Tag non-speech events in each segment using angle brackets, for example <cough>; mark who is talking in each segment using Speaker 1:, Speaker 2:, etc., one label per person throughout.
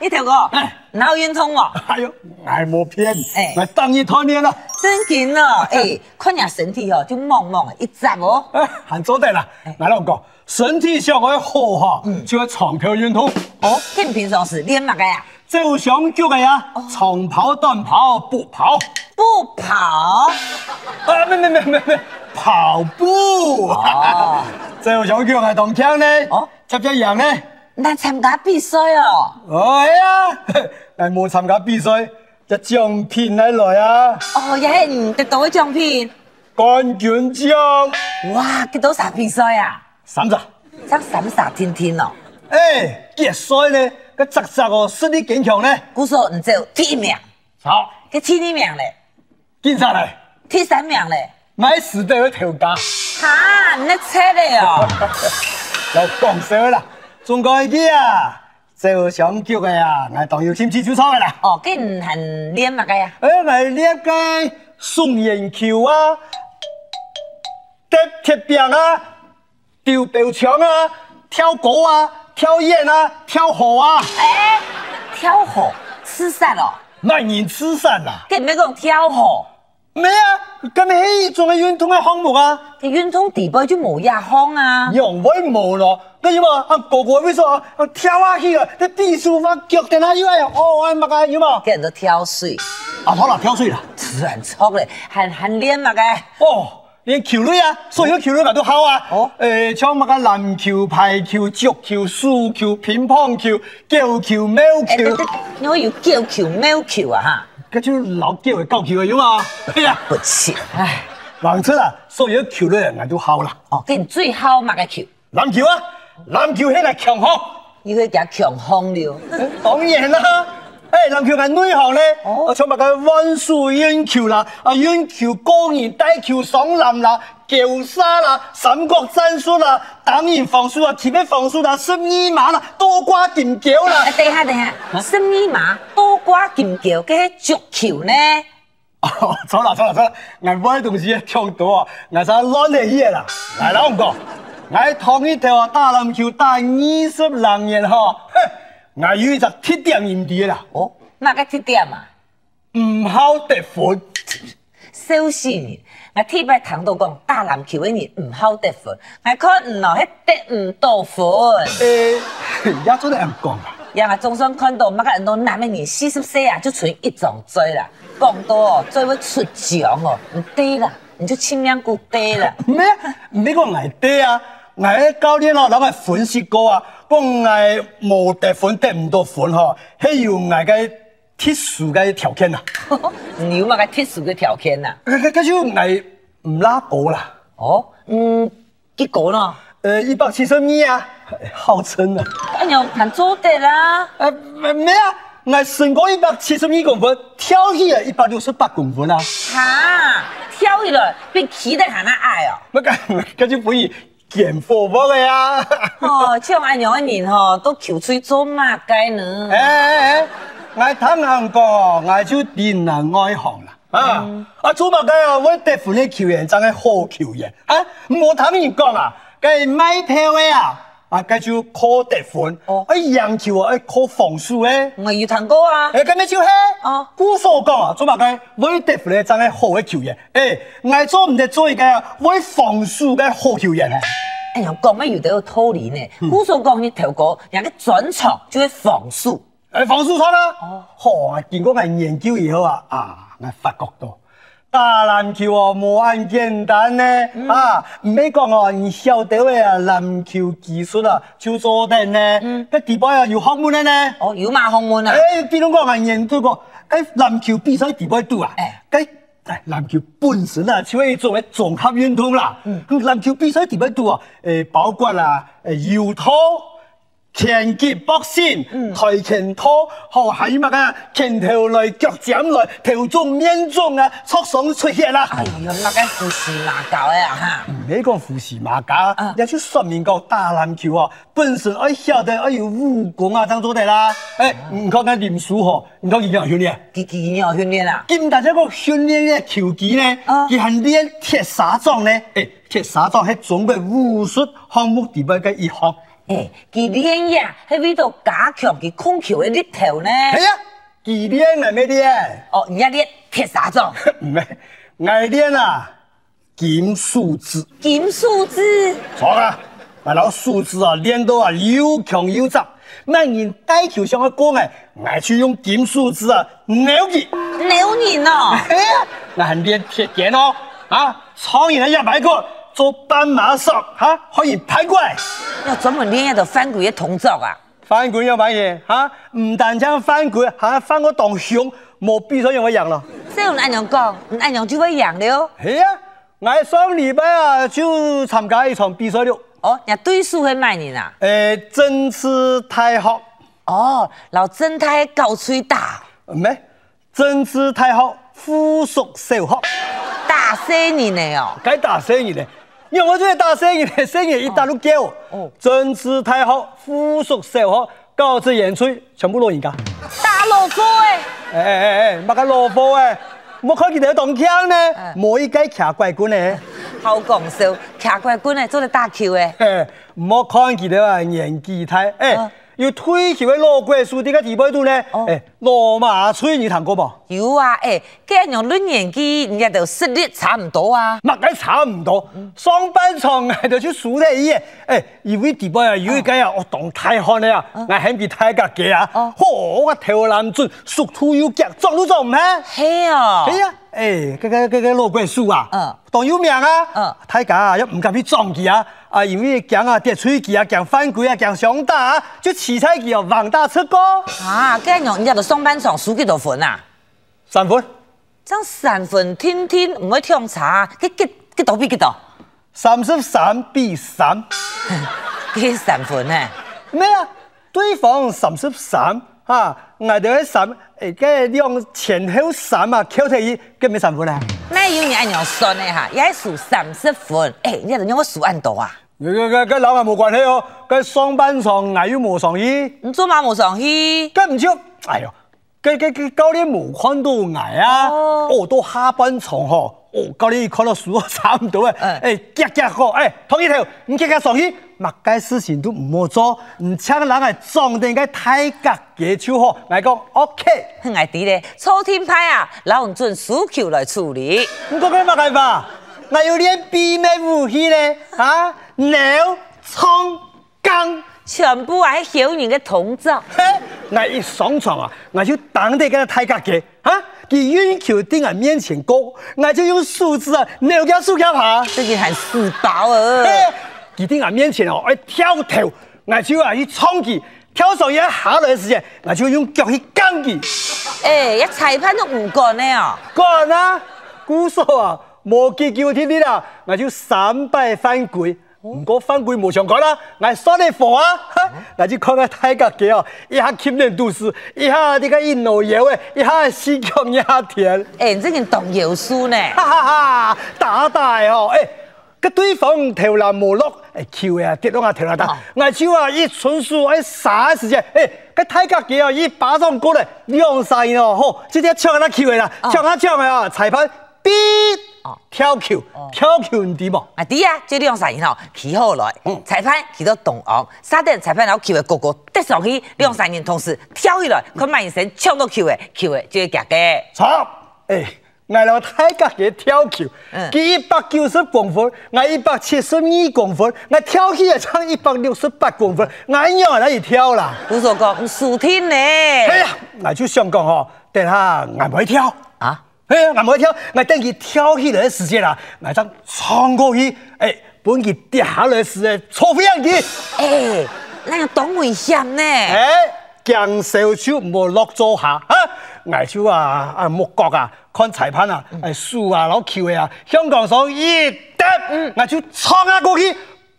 Speaker 1: 一条哥，脑圆通哦，
Speaker 2: 哎呦，哎，没骗，
Speaker 1: 哎
Speaker 2: 来当一团年了，
Speaker 1: 真紧哦，哎，看下身体哦，就懵懵的一扎哦，
Speaker 2: 哎，喊做对了
Speaker 1: 哎，
Speaker 2: 俺老讲，身体上的好哈，就要长条运动，哦，
Speaker 1: 跟平常时练嘛个呀，
Speaker 2: 这有想叫的呀，长跑、短跑、步跑，
Speaker 1: 不跑，
Speaker 2: 啊，没没没没没，跑步， <laughs>
Speaker 1: 哦
Speaker 2: 这有想叫的当天呢，
Speaker 1: 哦
Speaker 2: 哦，接接样呢，
Speaker 1: 咱参加比赛哦，
Speaker 2: 哎呀， <laughs> 俺没参加比赛，这奖品来来啊，
Speaker 1: 哦，也系得到的奖品，
Speaker 2: 冠军奖，
Speaker 1: 哇，得到啥比赛啊？
Speaker 2: 三子。
Speaker 1: 像闪闪天天哦，
Speaker 2: 哎，热水呢，个扎扎哦，身体坚强呢。
Speaker 1: 古说唔只有第一名，
Speaker 2: 好，
Speaker 1: 佮第二名嘞，
Speaker 2: 警察来，
Speaker 1: 第三名嘞，
Speaker 2: 买死都要跳价，
Speaker 1: 哈，你扯嘞哦，
Speaker 2: 要讲笑啦。中国啲啊，就想叫嘅呀，我啊当要天知少操嘅啦。
Speaker 1: 哦，佮唔很练嘛个呀？
Speaker 2: 哎，我呢个送人球啊，踢铁饼啊，丢标枪啊，跳高啊，跳远啊，跳河啊，
Speaker 1: 哎，跳河吃啥哦？
Speaker 2: 卖人吃散啦。
Speaker 1: 佮咩讲跳河？
Speaker 2: 咩啊？咁係仲係运动嘅項目啊？
Speaker 1: 佮运动地步就冇亚康啊！
Speaker 2: 用尾冇咯，跟住嘛，啊個個要說啊跳下去啊，你必須發腳定下要啊，哦啊乜啊要嘛？
Speaker 1: 佮人都跳水，
Speaker 2: 啊好啦，跳水啦，
Speaker 1: 突然错嘞，很很啊练嘛个？
Speaker 2: 哦，連球類啊，所有球類咪都好啊。
Speaker 1: 哦
Speaker 2: 哦，誒，像乜啊籃球、排球、足球、輸球、乒乓球、球球、瞄
Speaker 1: 哎，
Speaker 2: 球，
Speaker 1: 你我有叫球、喵球啊哈？
Speaker 2: 嗰種老叫嘅高球嘅要嘛？哎 <laughs> 呀，
Speaker 1: 不切，哎，
Speaker 2: 橫出啊，所有球類咪都好啦。
Speaker 1: 哦，佮最好嘛个球，
Speaker 2: 籃球啊，籃球係嚟強項。
Speaker 1: 你会叫强风了。
Speaker 2: 當然啦，誒籃球係女校咧，
Speaker 1: 哦
Speaker 2: 我唱埋佢温素英橋啦，啊英橋高二低橋爽林啦，橋沙啦，三角戰術啦，打完防守啊，前面防守啦，十二碼啦，多瓜點橋啦 <laughs>
Speaker 1: 哎，，等一下，等一下，什么嘛？多瓜金球，佮足球呢？
Speaker 2: 哦走啦走啦走啦，我歪東西唱到啊，我想攣嚟嘢啦，嚟啦我講，我同一條打籃球打二十零年呵，哼我有一隻鐵點認啲啦，
Speaker 1: 哦，嘛个踢点嘛？
Speaker 2: 唔好得分。
Speaker 1: 小心人，我铁牌堂都讲打篮球的人唔好得分，我可唔咯，迄得唔到分。
Speaker 2: 诶，而家真系唔讲啦。
Speaker 1: 然后总算看到乜个人都男的人四十岁啊，就存一种罪啦，讲多哦，罪会出奖哦，唔低啦，你就尽量顾低啦。 <laughs>
Speaker 2: 咩？唔俾我挨爹啊！挨啲教练哦，諗係款式高啊，講挨冇得款得唔到款嗬，係要挨嘅鐵樹嘅條件啊，
Speaker 1: 你有乜个特殊嘅条件啊？
Speaker 2: 佢佢佢就挨唔拉高啦。
Speaker 1: 哦，嗯，结果呢？
Speaker 2: 誒，一百七十米啊，號稱啊，
Speaker 1: 哎呀，难做得啦。
Speaker 2: 誒咩啊？挨身高一百七十一公分，跳起啊一百六十八公分啊，
Speaker 1: 哈，跳起来比起得还那矮哦。
Speaker 2: 乜嘅佢就可以減火鍋嘅呀。
Speaker 1: 哦，像安样的人吼，都求水做嘛该呢？
Speaker 2: 哎哎哎，我坦行过，我就電能外行啦。啊，啊做乜嘅啊？我得負你球員真係好球員啊！我坦言講啊，佢買票嘅啊，啊佢就靠得分，
Speaker 1: 哦
Speaker 2: 啊贏球啊靠防守嘅。
Speaker 1: 我有谈过啊。
Speaker 2: 誒，咁你就係
Speaker 1: 哦
Speaker 2: 古所講啊，做乜嘅？我得負你真係好嘅球員，誒，我做唔得做一個我防守嘅好球員啊。
Speaker 1: 哎呀，讲乜有得有道理呢？古所讲你跳过，人家转场就会防守。
Speaker 2: 誒防暑餐啦。
Speaker 1: 哦
Speaker 2: 哦，我經過我研究以後啊，啊，我發覺到打籃球哦冇咁簡單呢。啊，唔俾講哦，你曉得嘅啊籃球技術啊，就做得呢。個地方啊有學問嘅呢。
Speaker 1: 哦，有嘛红门啊？
Speaker 2: 誒，哎比如講我研究過，誒籃球比賽地方度啊
Speaker 1: 哎，
Speaker 2: 誒。籃球本身啊，就係一種嘅綜合運動啦。
Speaker 1: 嗯
Speaker 2: 咁籃球比賽地方度啊，誒包括啦，誒搖拖、拳擊、搏線、
Speaker 1: 嗯
Speaker 2: 跆拳拖，好係乜啊？拳頭來、腳掌來、頭中、面中啊，出手出血啦。
Speaker 1: 哎呀，那个胡是哪搞的啊？哈，
Speaker 2: 你講扶持馬甲
Speaker 1: 啊，
Speaker 2: 也就說明講打籃球哦，本身要曉得要有武功啊，當做的啦。誒，唔講緊念書嗬，唔講營養訓練。
Speaker 1: 几几年有训练啊？
Speaker 2: 咁大家個訓練嘅球技呢，
Speaker 1: 啊
Speaker 2: 佢係練鐵砂掌呢。誒，鐵砂掌係中國武術項目裏面嘅一項。
Speaker 1: 嘿，佮脸呀，迄味道加强佮空调的日头呢。
Speaker 2: 哎呀，几点来没点？
Speaker 1: 哦，人家咧铁砂掌，
Speaker 2: 唔系，爱点啊，金树枝，
Speaker 1: 金树枝，
Speaker 2: 错啊！那老树枝啊，练到啊又强又直，那人带球上去过哎，爱去用金树枝啊扭去。
Speaker 1: 牛人哦，
Speaker 2: 哎呀，俺练铁点哦，啊，苍蝇一百个做斑马手，哈、啊，可以拍过来。
Speaker 1: 要专门练一道翻滚的动作啊。
Speaker 2: 翻滚要乜嘢？吓、唔但将翻滚，还、翻我当熊，冇比赛用我赢咯。
Speaker 1: 所以俺娘讲，俺娘就会哦赢了。
Speaker 2: 系啊，我上礼拜啊就参加一场比赛了。
Speaker 1: 哦，人家对手会卖你呐。
Speaker 2: 诶、针刺太好，
Speaker 1: 哦，老侦探搞吹打，
Speaker 2: 咩？针刺太好，附属小学，
Speaker 1: 打死你呢哦。
Speaker 2: 该打生意的。因为我最打生意的，生意一打都叫我
Speaker 1: 哦。
Speaker 2: 针刺太好，附属小学，高知演出全部落人家。
Speaker 1: 打老虎诶，
Speaker 2: 诶诶诶，乜个落火诶？冇看见你动枪呢
Speaker 1: 嗯，
Speaker 2: 冇一该徛怪棍呢。
Speaker 1: 好讲笑，徛过来滚诶，做咧打球诶。
Speaker 2: 嘿，唔好看佢哋話年哎紀大，誒、
Speaker 1: 啊
Speaker 2: 要推佢位羅國書啲嘅地位度咧，
Speaker 1: 哦
Speaker 2: 誒羅馬吹你彈過冇？
Speaker 1: 有啊，诶、欸，人用论年纪，人家就实力差唔多啊。
Speaker 2: 乜解查唔到？上半場我就去數咧伊嘅，誒因為哎地位啊，有一個啊，我當太漢咧啊，我喺邊太格嘅啊，
Speaker 1: 哦
Speaker 2: 嚯我頭男準，速度又腳，撞都撞唔起。
Speaker 1: 嘿哦，
Speaker 2: 哎呀，誒嗰個嗰個羅國書
Speaker 1: 嗯
Speaker 2: 啊，當有名啊
Speaker 1: 嗯，
Speaker 2: 太格啊，又唔敢去撞佢啊，啊因為驚啊跌出佢啊，驚犯規啊，驚上打啊，就恃彩佢啊，橫打出歌。
Speaker 1: 啊，跟人用人家就上班上输几多分啊？
Speaker 2: 三分，
Speaker 1: 这三分天天唔会跳查，几几几多比几多？
Speaker 2: 三十三比三。
Speaker 1: 几三分呢、
Speaker 2: 咩啊？對方三十三，啊，我哋三，誒，嘅用前後三啊，扣睇伊，咁咪三分啊？
Speaker 1: 那有人按用算的哈，也数三十分，诶、欸，人家就用我数按多啊。
Speaker 2: 佢佢佢佢老係冇關係哦，佢上班上我又冇上伊，
Speaker 1: 你做嘛冇上去？
Speaker 2: 咁唔少。哎呦，佢佢佢教練冇看到我啊，
Speaker 1: 哦
Speaker 2: 哦，到下半場嗬，哦，教練看到數差唔多啊，
Speaker 1: 嗯
Speaker 2: 誒，夾夾好，誒，同一條，唔夾夾上去，乜嘅事情都唔好做，唔請人係撞定嘅太格嘅手好，我講 OK。
Speaker 1: 很爱滴咧，抽天派啊，老唔准输球来处理。
Speaker 2: 你讲咩物事吧？我有练比咩武器咧？啊，牛、冲、钢，
Speaker 1: 全部啊，迄小人嘅同作。
Speaker 2: 嘿， <laughs> 我一上床啊，我就当地跟他太格嘅，啊，佢运球在我面前过，我就用树枝啊，扭脚树脚爬，
Speaker 1: 最近喊四包哦
Speaker 2: 嘿，，佢在我面前哦，我跳头，我就啊去冲佢，跳上一下来的时间，我就用脚去杠佢。
Speaker 1: 哎，一裁判都唔管的哦，
Speaker 2: 个人啊，古数啊，无计较天啲啦，我就三摆翻柜。唔过翻柜无常讲啦，我耍你火啊！哈我就看下太格嘅哦，一下吸人都市，一下呢个印度油诶，一下西江一下甜，
Speaker 1: 哎，你这个动摇输呢，啊
Speaker 2: 哈哈哈！打大哦，诶、个对方投篮无落，诶球诶跌落我头篮打
Speaker 1: 哦，
Speaker 2: 我手啊一纯属诶啥时间，哎诶、个太格嘅哦一巴掌过来，两三哦，好，直接抢那球诶啦，
Speaker 1: 哦
Speaker 2: 抢啊抢诶啊，裁判哔
Speaker 1: 哦
Speaker 2: 跳球，跳球唔哦知嘛，
Speaker 1: 啊，对啊，这两三人哦，起好来，
Speaker 2: 嗯
Speaker 1: 裁判起到动昂，三等裁判然后球的个个跌上去，两三人同时跳起来，
Speaker 2: 嗯
Speaker 1: 看慢神抢到球的，球的就会夹嘅。
Speaker 2: 错，诶、我哎老太格嘅跳球，
Speaker 1: 嗯
Speaker 2: 佢一百九十公分，我一百七十二公分，我跳起来差一百六十八公分，我让那一跳啦。
Speaker 1: 古所讲，输天呢，
Speaker 2: 哎呀，我就想讲哦，等下我唔会跳，
Speaker 1: 啊，
Speaker 2: 哎呀，我唔会跳，我等佢跳起来的时间啦，啊我将冲过去，哎，本佢跌下来的时间错不样的，
Speaker 1: 哎，那个懂危险呢，
Speaker 2: 哎，将手手莫落做下，啊，我就啊啊木角啊，看裁判啊，哎输啊老球的啊，香港手一得，我就冲啊过去，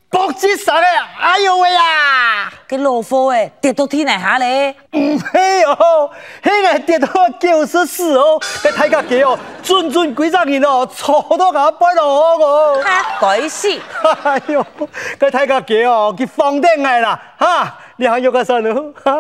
Speaker 2: 搏击上的，哎呦喂呀！
Speaker 1: 个老虎诶跌到天内下咧，
Speaker 2: <laughs> 嘿哦，嘿个跌到九十四哦，个太格机哦，准准几十年哦，错到我摆落我。
Speaker 1: 哈，该死！
Speaker 2: <laughs> 哎呦，个太格机哦，佢放顶来啦，哈，你还有个啥路？ <laughs> 哈，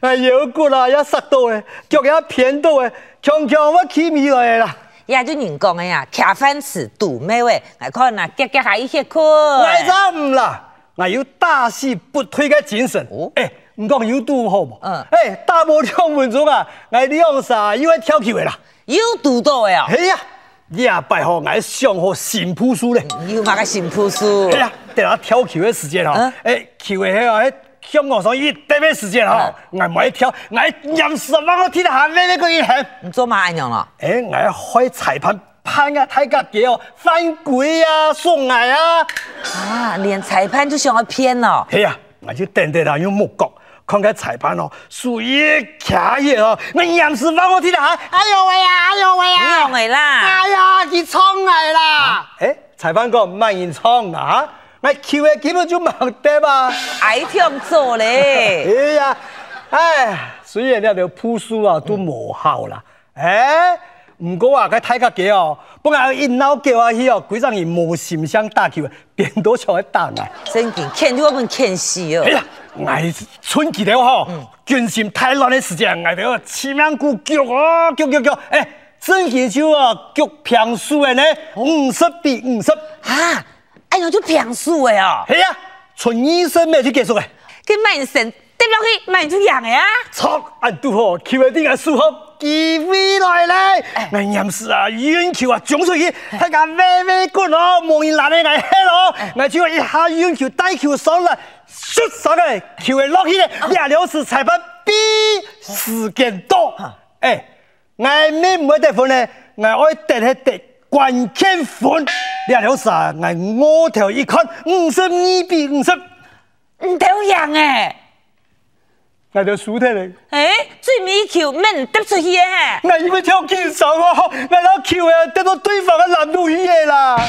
Speaker 2: 哎腰骨啦，也摔到诶，脚也偏到诶，强强我起米来啦。
Speaker 1: 也就人讲的呀，吃饭吃堵妹喂，来看呐，夹夹下一些困。
Speaker 2: 来怎啦？我有大事不推嘅精神
Speaker 1: 哦。
Speaker 2: 哎，唔讲有度好冇？
Speaker 1: 嗯
Speaker 2: 哎，大无两分钟啊，我两啥又要跳起嚟啦。
Speaker 1: 有读到的哦，
Speaker 2: 嘿呀，也拜好我上好新朴素咧。
Speaker 1: 有那个新朴素
Speaker 2: 哎，呀，等下跳球的时间
Speaker 1: 嗯
Speaker 2: 哈，哎，球的迄个香港所以特别时间
Speaker 1: 啊
Speaker 2: 哈，我唔爱跳，我任十万个天下咩咩个一行，
Speaker 1: 你做嘛安样了？
Speaker 2: 哎，我开裁判判啊，太格嘅哦，犯规啊，送矮啊，
Speaker 1: 啊，连裁判就想要骗哦了。
Speaker 2: 嘿呀，我就等等他用目光。看个裁判哦，属于卡嘢哦，我严十万我天下，哎呦喂呀，哎呦喂
Speaker 1: 你
Speaker 2: 呀
Speaker 1: 用，的啦，
Speaker 2: 哎呀，佢冲嚟啦！哎，裁判講唔係人衝啊，我球嘅基本就冇得嘛。
Speaker 1: 爱听做嘞。
Speaker 2: 哎呀，哎，雖然呢條朴素啊都無效啦，哎，唔過話佢睇格嘅哦，不過一鬧叫啊去哦，幾張人無心想打球，變到上去打啊。
Speaker 1: 真紧欠你我们欠死哦
Speaker 2: 哎。呀，挨春季了吼，军心太乱的时间，挨到七面古脚哦，脚脚脚，哎，真研究啊，脚平数的呢，五十比五十，
Speaker 1: 啊，哎呦，就骗术的哦，
Speaker 2: 哎呀，纯医生咩去结束的，
Speaker 1: 跟卖神对不起，卖就养的啊。
Speaker 2: 操，俺拄好，球的顶个数好，机会来嘞，俺严师啊，运球啊，冲出去，他家歪歪滚哦，望伊拦的挨黑咯，俺就一下运球带球上来，出上来，球会落去嘞，两两次裁判比时间多，哎，俺咩唔会得分呢，俺爱得迄得。关键分，两条啥？啊俺五条一看，五十二比五十，
Speaker 1: 唔得养诶，
Speaker 2: 俺就输掉了。
Speaker 1: 诶，最尾球免得出去诶。
Speaker 2: 我以为跳球手哦，我老球啊，得到对方的难度去的啦。
Speaker 1: 啊